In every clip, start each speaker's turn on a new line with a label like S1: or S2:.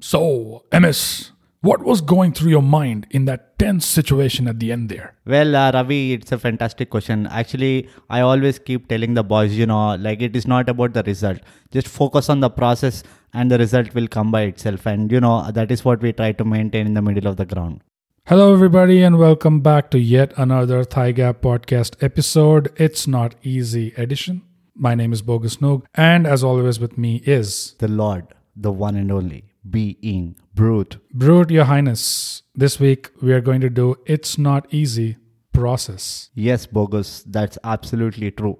S1: So, MS, what was going through your mind in that tense situation at the end there?
S2: Well, uh, Ravi, it's a fantastic question. Actually, I always keep telling the boys, you know, like it is not about the result. Just focus on the process and the result will come by itself. And, you know, that is what we try to maintain in the middle of the ground.
S1: Hello, everybody, and welcome back to yet another Thigh Gap podcast episode. It's not easy edition. My name is Bogus Noog, and as always, with me is
S2: The Lord, the one and only, being, brute.
S1: Brute Your Highness. This week, we are going to do It's Not Easy process.
S2: Yes, bogus. That's absolutely true.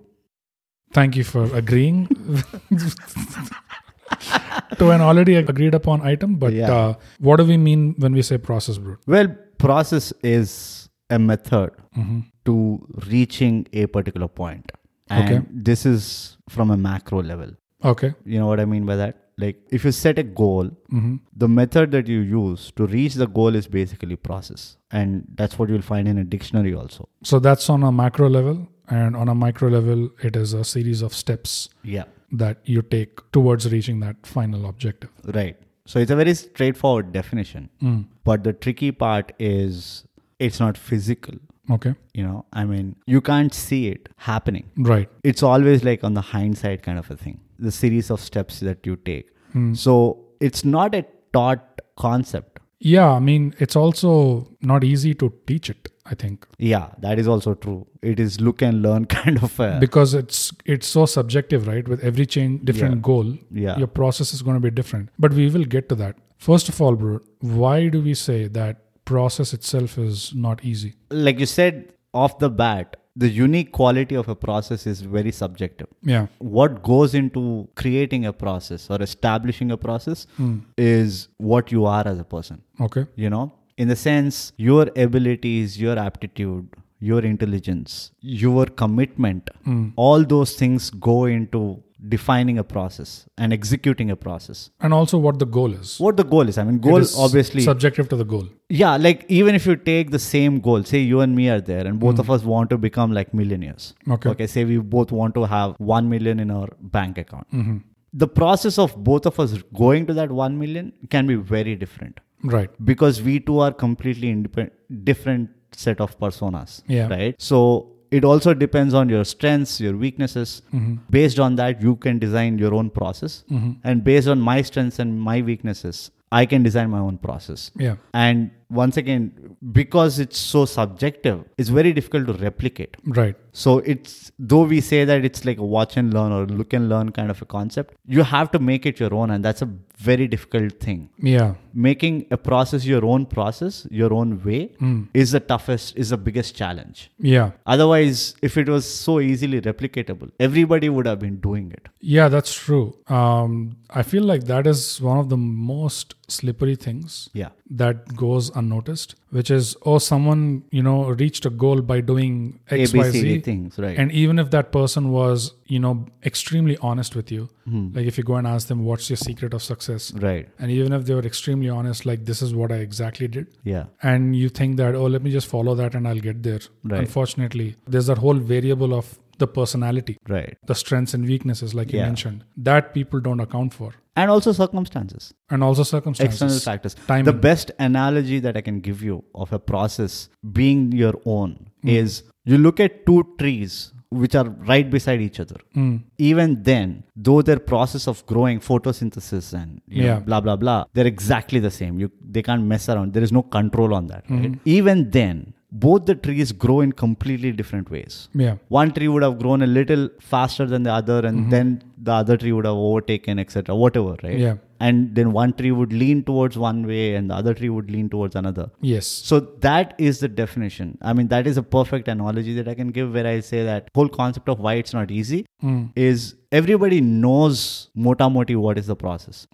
S1: Thank you for agreeing to an already agreed upon item, but
S2: Yeah.
S1: uh, what do we mean when we say process, Brute?
S2: Well, process is a method to reaching a particular point. And
S1: Okay.
S2: this is from a macro level.
S1: Okay. mm-hmm.
S2: You know what I mean by that? Like if you set a goal, the method that you use to reach the goal is basically process. And that's what you'll find in a dictionary also.
S1: So that's on a macro level, and on a micro level, it is a series of steps
S2: Yeah.
S1: that you take towards reaching that final objective.
S2: Right. So it's a very straightforward definition. But the tricky part is it's not physical.
S1: Okay.
S2: You know, I mean, you can't see it happening.
S1: Right.
S2: It's always like on the hindsight kind of a thing, the series of steps that you take. So it's not a taught concept.
S1: Yeah. I mean, it's also not easy to teach it, I think,
S2: Yeah, that is also true. It is look and learn kind of a.
S1: because it's it's so subjective, right? With every change, different
S2: Yeah.
S1: goal,
S2: Yeah.
S1: your process is going to be different. But we will get to that. First of all, bro, why do we say that process itself is not easy?
S2: Like you said off the bat, the unique quality of a process is very subjective.
S1: Yeah.
S2: what goes into creating a process or establishing a process
S1: Hmm.
S2: is what you are as a person
S1: Okay.
S2: you know in the sense your abilities your aptitude your intelligence your commitment
S1: Hmm.
S2: all those things go into defining a process and executing a process
S1: And also, what the goal is.
S2: what the goal is i mean
S1: It
S2: goal
S1: is
S2: obviously
S1: subjective to the goal.
S2: yeah like even if you take the same goal say you and me are there and both of us want to become like millionaires
S1: Hmm. Okay.
S2: okay say we both want to have 1 million in our bank account
S1: Mm-hmm.
S2: the process of both of us going to that 1 million can be very different
S1: Right.
S2: because we two are completely independent different set of personas
S1: Yeah.
S2: right so it also depends on your strengths your weaknesses
S1: Mm-hmm.
S2: based on that you can design your own process and based on my strengths and my weaknesses i can design my own process
S1: Yeah.
S2: and once again because it's so subjective it's very difficult to replicate
S1: Right.
S2: so it's though we say that it's like a watch and learn or look and learn kind of a concept you have to make it your own and that's a very difficult thing
S1: Yeah.
S2: making a process your own process your own way
S1: Hmm.
S2: is the toughest is the biggest challenge
S1: Yeah.
S2: otherwise if it was so easily replicatable everybody would have been doing it
S1: Yeah, that's true. Um, I feel like that is one of the most slippery things
S2: yeah
S1: that goes unnoticed, which is oh, someone you know reached a goal by doing X, Y, Z.
S2: abcd things right
S1: And even if that person was, you know, extremely honest with you,
S2: Mm.
S1: like if you go and ask them, what's your secret of success?
S2: Hmm. right
S1: And even if they were extremely honest, like this is what I exactly did,
S2: yeah
S1: and you think that oh let me just follow that and i'll get there
S2: Right.
S1: unfortunately there's that whole variable of the personality
S2: right
S1: the strengths and weaknesses like you
S2: Yeah.
S1: mentioned that people don't account for
S2: and also circumstances
S1: and also
S2: external
S1: circumstances
S2: factors.
S1: Timing.
S2: The best analogy that I can give you of a process being your own
S1: Hmm.
S2: is you look at two trees which are right beside each other.
S1: Hmm.
S2: Even then, though their process of growing photosynthesis and you know,
S1: Yeah.
S2: blah blah blah, they're exactly the same. You they can't mess around. There is no control on that. Right?
S1: Hmm.
S2: Even then, both the trees grow in completely different ways
S1: yeah
S2: one tree would have grown a little faster than the other and then the other tree would have overtaken etc whatever right
S1: Yeah.
S2: and then one tree would lean towards one way and the other tree would lean towards another
S1: yes
S2: so that is the definition i mean that is a perfect analogy that i can give where i say that whole concept of why it's not easy is everybody knows motamoti what is the process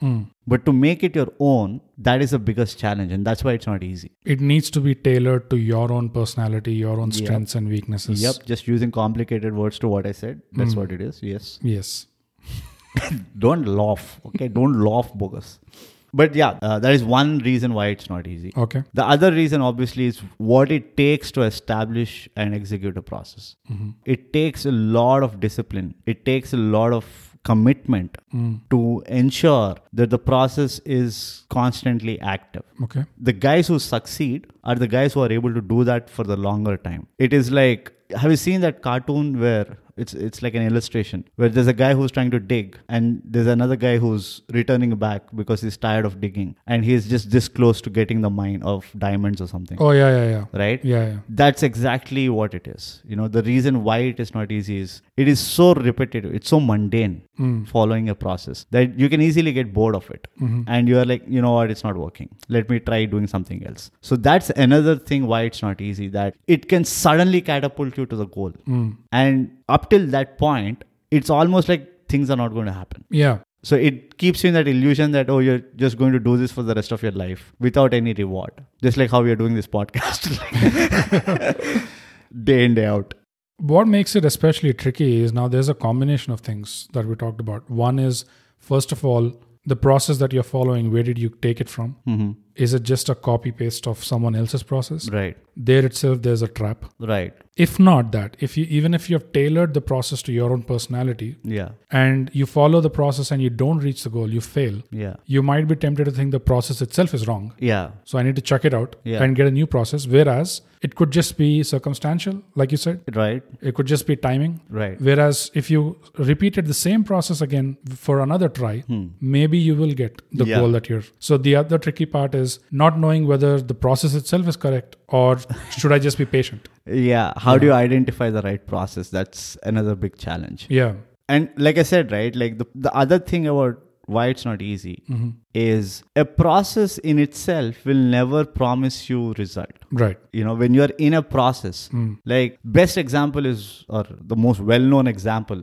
S2: but to make it your own that is the biggest challenge and that's why it's not easy
S1: it needs to be tailored to your own personality your own
S2: Yep.
S1: strengths and weaknesses
S2: yep just using complicated words to what i said that's what it is yes
S1: yes
S2: don't laugh okay don't laugh bogus but yeah uh, that is one reason why it's not easy
S1: okay
S2: the other reason obviously is what it takes to establish and execute a process it takes a lot of discipline it takes a lot of commitment
S1: Mm.
S2: to ensure that the process is constantly active.
S1: Okay.
S2: The guys who succeed are the guys who are able to do that for the longer time. It is like have you seen that cartoon where it's it's like an illustration where there's a guy who's trying to dig and there's another guy who's returning back because he's tired of digging and he's just this close to getting the mine of diamonds or something.
S1: Oh yeah, yeah, yeah.
S2: Right?
S1: Yeah, yeah.
S2: that's exactly what it is you know the reason why it is not easy is it is so repetitive it's so mundane following a process that you can easily get bored of it and you are like you know what it's not working let me try doing something else so that's another thing why it's not easy that it can suddenly catapult you to the goal and up till that point it's almost like things are not going to happen
S1: Yeah.
S2: so it keeps you in that illusion that oh you're just going to do this for the rest of your life without any reward. Just like how we are doing this podcast. day in, day out.
S1: What makes it especially tricky is now there's a combination of things that we talked about. One is, first of all, the process that you're following, where did you take it from?
S2: Mm-hmm.
S1: Is it just a copy paste of someone else's process?
S2: Right.
S1: There itself, there's a trap.
S2: Right.
S1: If not that, if you even if you have tailored the process to your own personality
S2: Yeah.
S1: and you follow the process and you don't reach the goal, you fail,
S2: Yeah.
S1: you might be tempted to think the process itself is wrong.
S2: Yeah.
S1: So I need to check it out
S2: Yeah.
S1: and get a new process. Whereas it could just be circumstantial, like you said.
S2: Right.
S1: It could just be timing.
S2: Right.
S1: Whereas if you repeated the same process again for another try, maybe you will get the
S2: Hmm. Yeah.
S1: goal that you're. So the other tricky part is not knowing whether the process itself is correct or should I just be patient?
S2: Yeah. How do you identify the right process? That's another big challenge.
S1: Yeah.
S2: And like I said, right, like the, the other thing about why it's not easy is a process in itself will never promise you result.
S1: Right.
S2: you know when you're in a process like best example is or the most well-known example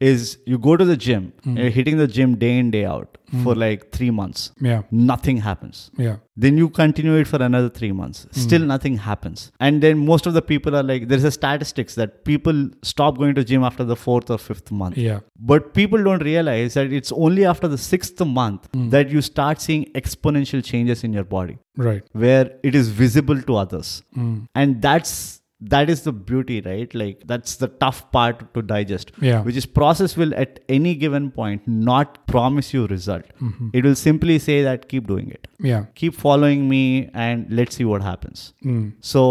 S2: is you go to the gym and you're hitting the gym day in day out for like three months
S1: Yeah.
S2: nothing happens
S1: Yeah.
S2: then you continue it for another three months still nothing happens and then most of the people are like there's a statistics that people stop going to gym after the fourth or fifth month
S1: Yeah.
S2: but people don't realize that it's only after the sixth month that you start seeing exponential changes in your body
S1: Right.
S2: where it is visible to others
S1: Hmm.
S2: and that's that is the beauty right like that's the tough part to digest
S1: Yeah.
S2: which is process will at any given point not promise you result
S1: Mm-hmm.
S2: it will simply say that keep doing it
S1: Yeah.
S2: keep following me and let's see what happens
S1: Mm.
S2: so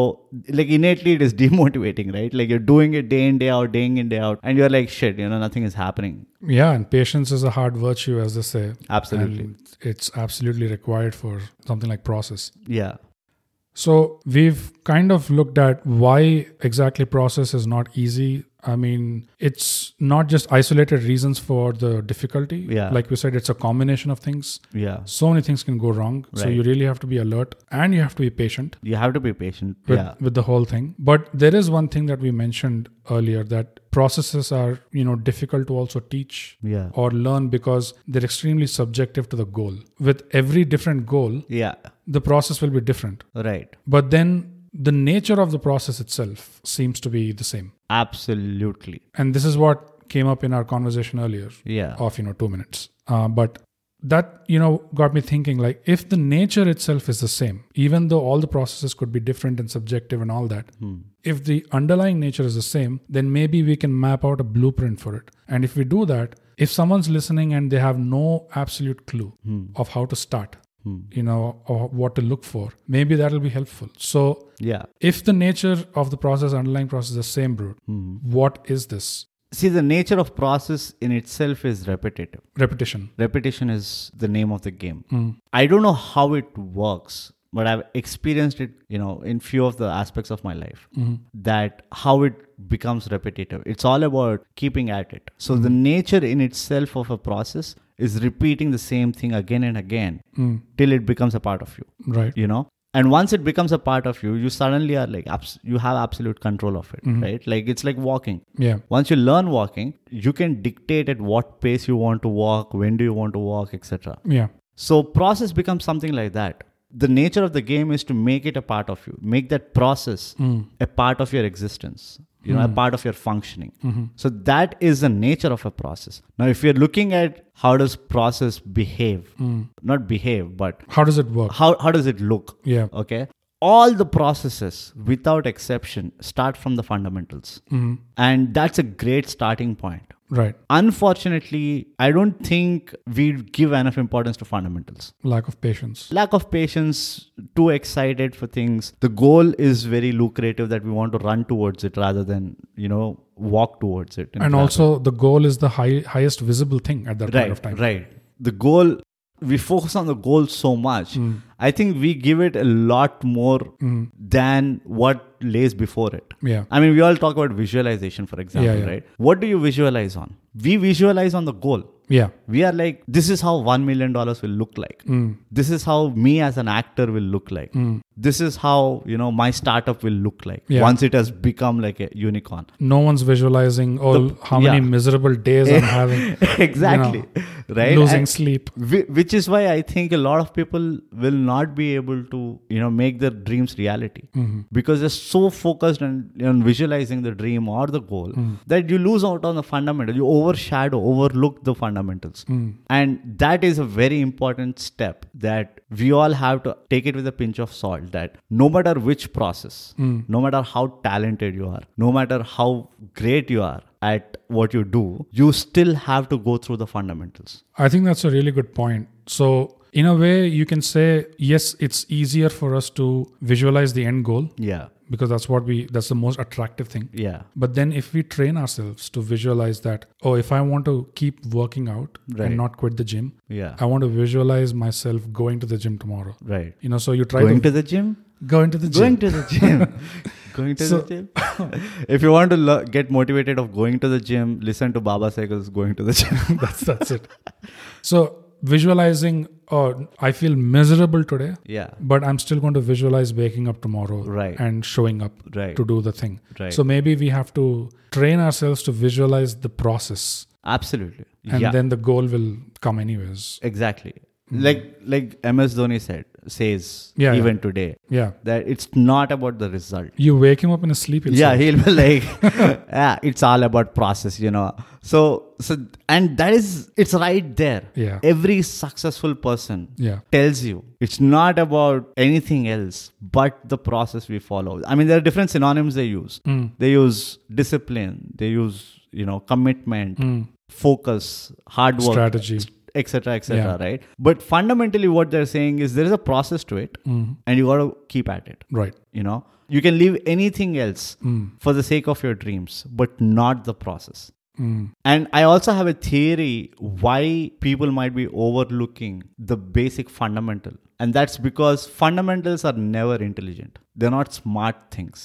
S2: like innately it is demotivating right like you're doing it day in day out day in day out and you're like shit you know nothing is happening
S1: Yeah. And patience is a hard virtue, as they say.
S2: Absolutely.
S1: And it's absolutely required for something like process.
S2: yeah
S1: So we've kind of looked at why exactly process is not easy. I mean, it's not just isolated reasons for the difficulty.
S2: Yeah.
S1: Like we said, it's a combination of things.
S2: yeah
S1: So many things can go wrong. So
S2: Right.
S1: you really have to be alert and you have to be patient
S2: you have to be patient
S1: with,
S2: yeah
S1: with the whole thing. But there is one thing that we mentioned earlier that processes are, you know, difficult to also teach
S2: yeah
S1: or learn because they're extremely subjective to the goal. With every different goal,
S2: yeah
S1: the process will be different
S2: right
S1: but then the nature of the process itself seems to be the same
S2: absolutely
S1: and this is what came up in our conversation earlier
S2: yeah
S1: of you know two minutes uh, but that you know got me thinking like if the nature itself is the same even though all the processes could be different and subjective and all that if the underlying nature is the same then maybe we can map out a blueprint for it and if we do that if someone's listening and they have no absolute clue of how to start you know or what to look for maybe that'll be helpful so
S2: yeah
S1: if the nature of the process underlying process is the same route what is this
S2: See, the nature of process in itself is repetitive.
S1: repetition
S2: Repetition is the name of the game. I don't know how it works, but I've experienced it, you know, in few of the aspects of my life that how it becomes repetitive. It's all about keeping at it. So the nature in itself of a process is repeating the same thing again and again till it becomes a part of you
S1: right
S2: you know and once it becomes a part of you you suddenly are like abs- you have absolute control of it right like it's like walking
S1: yeah
S2: once you learn walking you can dictate at what pace you want to walk when do you want to walk etc
S1: yeah
S2: so process becomes something like that the nature of the game is to make it a part of you make that process a part of your existence you know a part of your functioning so that is the nature of a process now if you're looking at how does process behave not behave but
S1: how does it work
S2: how, how does it look
S1: yeah
S2: okay all the processes
S1: Mm-hmm.
S2: without exception start from the fundamentals and that's a great starting point
S1: Right.
S2: Unfortunately, I don't think we give enough importance to fundamentals.
S1: Lack of patience.
S2: Lack of patience, too excited for things. The goal is very lucrative that we want to run towards it rather than, you know, walk towards it.
S1: And also, the goal is the high, highest visible thing at that point
S2: right,
S1: of time.
S2: right. The goal, we focus on the goal so much.
S1: Mm.
S2: I think we give it a lot more than what lays before it.
S1: Yeah.
S2: I mean, we all talk about visualization, for example,
S1: yeah.
S2: right? What do you visualize on? We visualize on the goal.
S1: Yeah.
S2: We are like, this is how $1 million will look like.
S1: Hmm.
S2: This is how me as an actor will look like. This is how, you know, my startup will look like
S1: Yeah.
S2: once it has become like a unicorn.
S1: No one's visualizing, oh, how many
S2: yeah.
S1: miserable days I'm having.
S2: exactly. right?
S1: Losing
S2: And-
S1: sleep.
S2: Whi- which is why i think a lot of people will not be able to you know make their dreams reality because they're so focused on, on visualizing the dream or the goal that you lose out on the fundamental you overshadow overlook the fundamentals and that is a very important step that we all have to take it with a pinch of salt that no matter which process no matter how talented you are no matter how great you are at what you do you still have to go through the fundamentals
S1: I think that's a really good point. So, in a way, you can say, yes, it's easier for us to visualize the end goal
S2: yeah
S1: because that's what we, that's the most attractive thing.
S2: Yeah.
S1: But then if we train ourselves to visualize that, oh, if I want to keep working out
S2: Right.
S1: and not quit the gym,
S2: Yeah.
S1: I want to visualize myself going to the gym tomorrow.
S2: right.
S1: You know, so you try
S2: Going
S1: to
S2: to the gym?
S1: go into the gym.
S2: Going to the gym. going to
S1: So-
S2: the gym. if you want to lo- get motivated of going to the gym, listen to Baba Cycles going to the gym.
S1: that's that's it. So visualizing, oh, I feel miserable today,
S2: yeah.
S1: but I'm still going to visualize waking up tomorrow
S2: Right.
S1: and showing up
S2: Right.
S1: to do the thing.
S2: Right.
S1: So maybe we have to train ourselves to visualize the process,
S2: Absolutely.
S1: and
S2: yeah.
S1: then the goal will come anyways.
S2: exactly. Like like MS Dhoni said says
S1: Yeah,
S2: even today
S1: Yeah,
S2: that it's not about the result.
S1: you wake him up in a sleep. itself.
S2: yeah he'll be like yeah it's all about process you know so so and that is it's right there
S1: Yeah.
S2: every successful person
S1: Yeah.
S2: tells you it's not about anything else but the process we follow i mean there are different synonyms they use
S1: Hmm.
S2: they use discipline they use you know commitment focus hard work
S1: Hmm. Strategy.
S2: etc etc
S1: Yeah.
S2: right but fundamentally what they're saying is there is a process to it
S1: Hmm.
S2: and you got to keep at it
S1: Right.
S2: you know you can leave anything else for the sake of your dreams but not the process
S1: Mm.
S2: and i also have a theory why people might be overlooking the basic fundamental and that's because fundamentals are never intelligent they're not smart things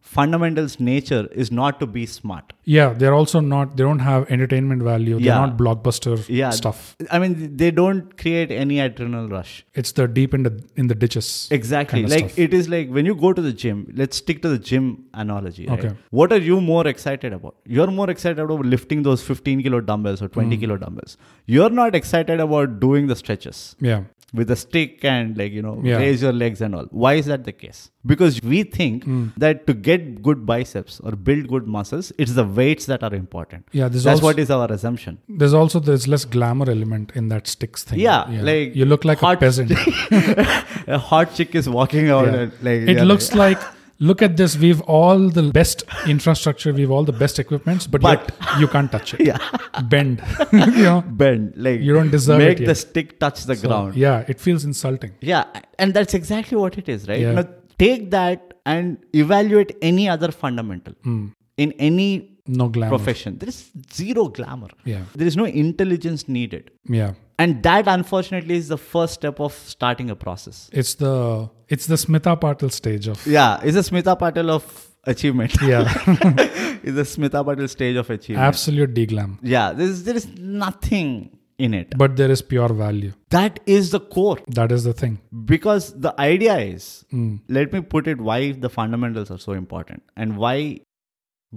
S2: fundamentals nature is not to be smart
S1: Yeah, they're also not. They don't have entertainment value. They're
S2: Yeah.
S1: not blockbuster
S2: yeah
S1: stuff.
S2: i mean they don't create any adrenal rush
S1: It's the deep in the in the ditches.
S2: Exactly.
S1: kind of
S2: like
S1: stuff.
S2: it is like when you go to the gym, let's stick to the gym analogy. Right?
S1: Okay.
S2: What are you more excited about? You're more excited about lifting those 15 kilo dumbbells or 20
S1: Hmm.
S2: kilo dumbbells. You're not excited about doing the stretches
S1: yeah.
S2: with a stick and like, you know,
S1: Yeah.
S2: raise your legs and all. Why is that the case? Because we think
S1: Hmm.
S2: that to get good biceps or build good muscles, it's the weights that are important.
S1: Yeah, there's
S2: That's
S1: also-
S2: what is our assumption.
S1: There's also there's less glamour element in that sticks thing.
S2: Yeah, like
S1: you look like
S2: hot-
S1: a peasant.
S2: A hot chick is walking out
S1: Yeah.
S2: and like
S1: it
S2: yeah,
S1: looks like look at this. We've all the best infrastructure. We've all the best equipments, but,
S2: But-
S1: yet you can't touch it.
S2: Yeah.
S1: bend. you know.
S2: bend like
S1: You don't deserve
S2: make
S1: it
S2: the
S1: yet.
S2: stick touch the ground
S1: Yeah, it feels insulting.
S2: yeah and that's exactly what it is right
S1: Yeah.
S2: now take that and evaluate any other fundamental
S1: Hmm.
S2: in any
S1: No glamour.
S2: profession there is zero glamour
S1: Yeah.
S2: there is no intelligence needed
S1: Yeah.
S2: and that unfortunately is the first step of starting a process
S1: It's the it's the Smita Patil stage of
S2: yeah it's a smita patel of achievement
S1: yeah
S2: it's a smita patel stage of achievement
S1: absolute deglam.
S2: yeah there is, there is nothing in it
S1: But there is pure value.
S2: that is the core
S1: That is the thing.
S2: because the idea is
S1: Hmm.
S2: let me put it why the fundamentals are so important and why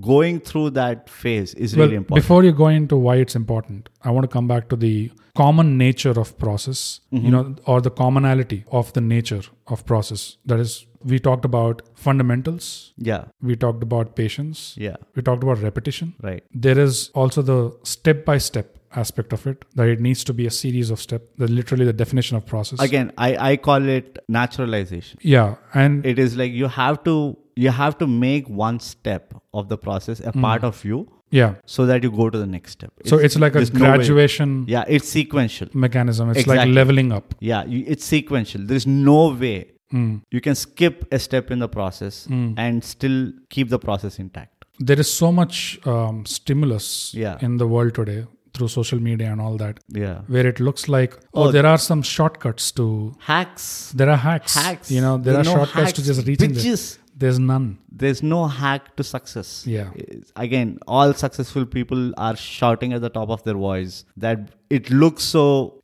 S2: going through that phase is really important
S1: Before you go into why it's important, I want to come back to the common nature of process,
S2: Mm-hmm.
S1: you know, or the commonality of the nature of process. That is, we talked about fundamentals,
S2: yeah
S1: we talked about patience,
S2: yeah
S1: we talked about repetition.
S2: right
S1: There is also the step by step aspect of it, that it needs to be a series of steps, that literally the definition of process.
S2: again i i call it naturalization
S1: Yeah. And
S2: it is like you have to you have to make one step of the process a part of you
S1: yeah.
S2: so that you go to the next step.
S1: Hmm. So it's like a
S2: there's no way.
S1: graduation
S2: yeah, it's sequential.
S1: mechanism. It's
S2: Exactly.
S1: like leveling up.
S2: Yeah, you, it's sequential. There's no way
S1: Mm.
S2: you can skip a step in the process
S1: Hmm.
S2: and still keep the process intact.
S1: There is so much um, stimulus
S2: Yeah.
S1: in the world today through social media and all that,
S2: Yeah.
S1: where it looks like oh,
S2: Oh.
S1: there are some shortcuts to.
S2: Hacks.
S1: There are hacks.
S2: Hacks.
S1: You know, there, are
S2: no
S1: shortcuts to
S2: hacks,
S1: just reaching there.
S2: bitches.
S1: There's none.
S2: There's no hack to success.
S1: Yeah.
S2: It's- Again, all successful people are shouting at the top of their voice that it looks so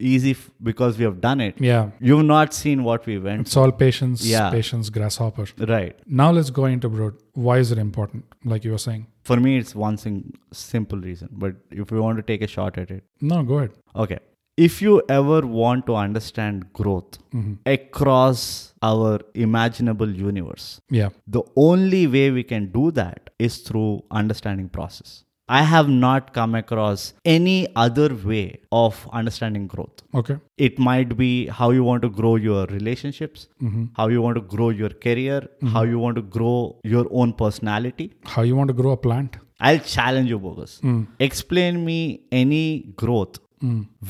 S2: easy f- because we have done it.
S1: Yeah.
S2: You've not seen what we went.
S1: It's all patience,
S2: Yeah.
S1: patience, grasshopper.
S2: Right.
S1: Now let's go into bro. Why is it important? Like you were saying.
S2: For me, it's one sing- simple reason. But if you want to take a shot at it,
S1: No, go ahead.
S2: Okay. If you ever want to understand growth
S1: Mm-hmm.
S2: across our imaginable universe,
S1: Yeah.
S2: the only way we can do that is through understanding process. I have not come across any other way of understanding growth.
S1: Okay.
S2: It might be how you want to grow your relationships, how you want to grow your career, how you want to grow your own personality.
S1: How you want to grow a plant?
S2: I'll challenge you, bogus. Explain me any growth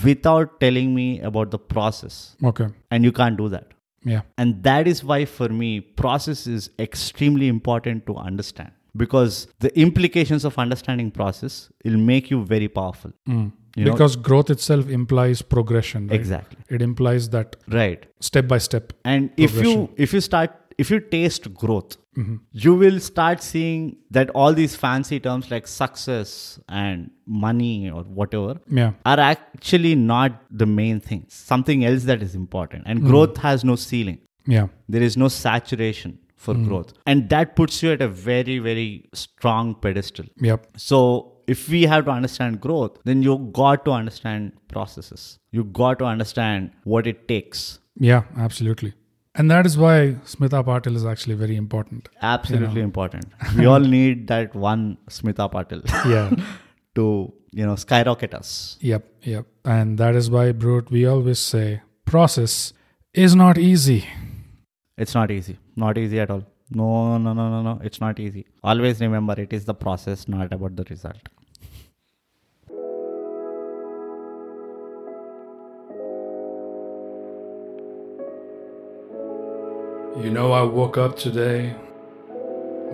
S2: without telling me about the process,
S1: Okay.
S2: and you can't do that.
S1: Yeah.
S2: And that is why, for me, process is extremely important to understand because the implications of understanding process will make you very powerful. You know-
S1: because growth itself implies progression. Right?
S2: Exactly.
S1: It implies that
S2: Right.
S1: step by step.
S2: And if you if you start if you taste growth, you will start seeing that all these fancy terms like success and money or whatever
S1: Yeah.
S2: are actually not the main thing. Something else that is important. And growth has no ceiling.
S1: Yeah.
S2: There is no saturation for growth. And that puts you at a very, very strong pedestal.
S1: Yep.
S2: So if we have to understand growth, then you got to understand processes. You got to understand what it takes.
S1: Yeah. Absolutely. And that is why Smita Patil is actually very important.
S2: Absolutely important. We all need that one Smita Patil
S1: Yeah.
S2: to, you know, skyrocket us.
S1: yep. Yep. And that is why, Brute, we always say process is not easy.
S2: It's not easy. Not easy at all. No, no, no, no, no. It's not easy. Always remember it is the process, not about the result.
S1: You know, I woke up today,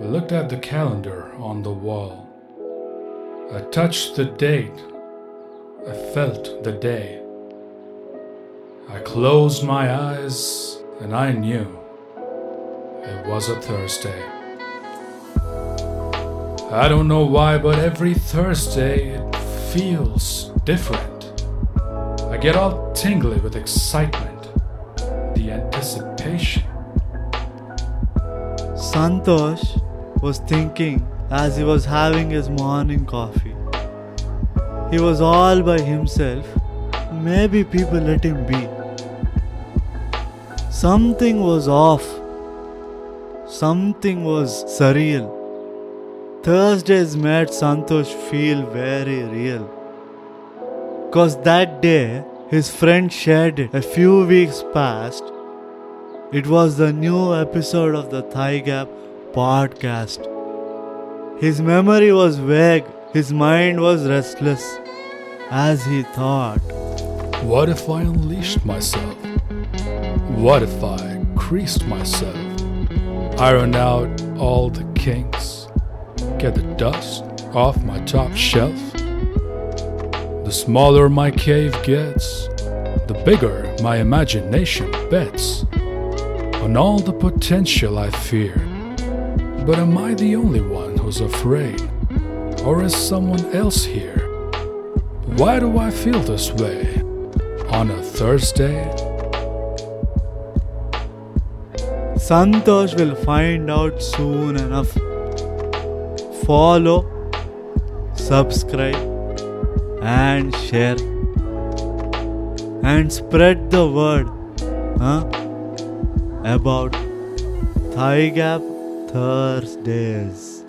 S1: looked at the calendar on the wall. I touched the date, I felt the day. I closed my eyes and I knew it was a Thursday. I don't know why, but every Thursday it feels different. I get all tingly with excitement, the anticipation.
S2: Santosh was thinking as he was having his morning coffee. He was all by himself. Maybe people let him be. Something was off. Something was surreal. Thursdays made Santosh feel very real. Cause that day, his friend shared it a few weeks past it was the new episode of the Thigh Gap podcast. His memory was vague, his mind was restless, as he thought.
S1: What if I unleashed myself? What if I creased myself? Iron out all the kinks, get the dust off my top shelf. The smaller my cave gets, the bigger my imagination bets on all the potential I fear. But am I the only one who's afraid? Or is someone else here? Why do I feel this way? on a Thursday.
S2: Santosh will find out soon enough. Follow, subscribe, and share. And spread the word huh, about Thigh Gap Thursdays.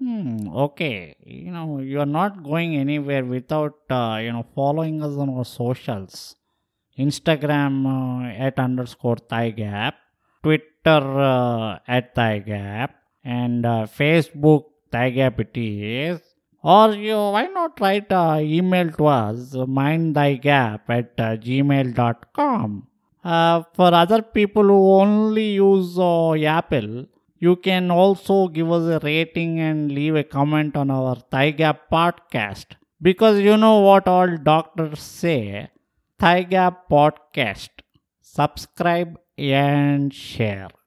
S3: Hmm, okay. You know, you're not going anywhere without, uh, you know, following us on our socials.
S2: Instagram uh, at underscore thigh gap, Twitter uh, at thigh gap, and uh, Facebook thigh gap it is. Or you, why not write an email to us, mindthigap at uh, gmail.com. Uh, for other people who only use uh, Apple, you can also give us a rating and leave a comment on our Thigh Gap podcast. Because you know what all doctors say Thigh Gap podcast. Subscribe and share.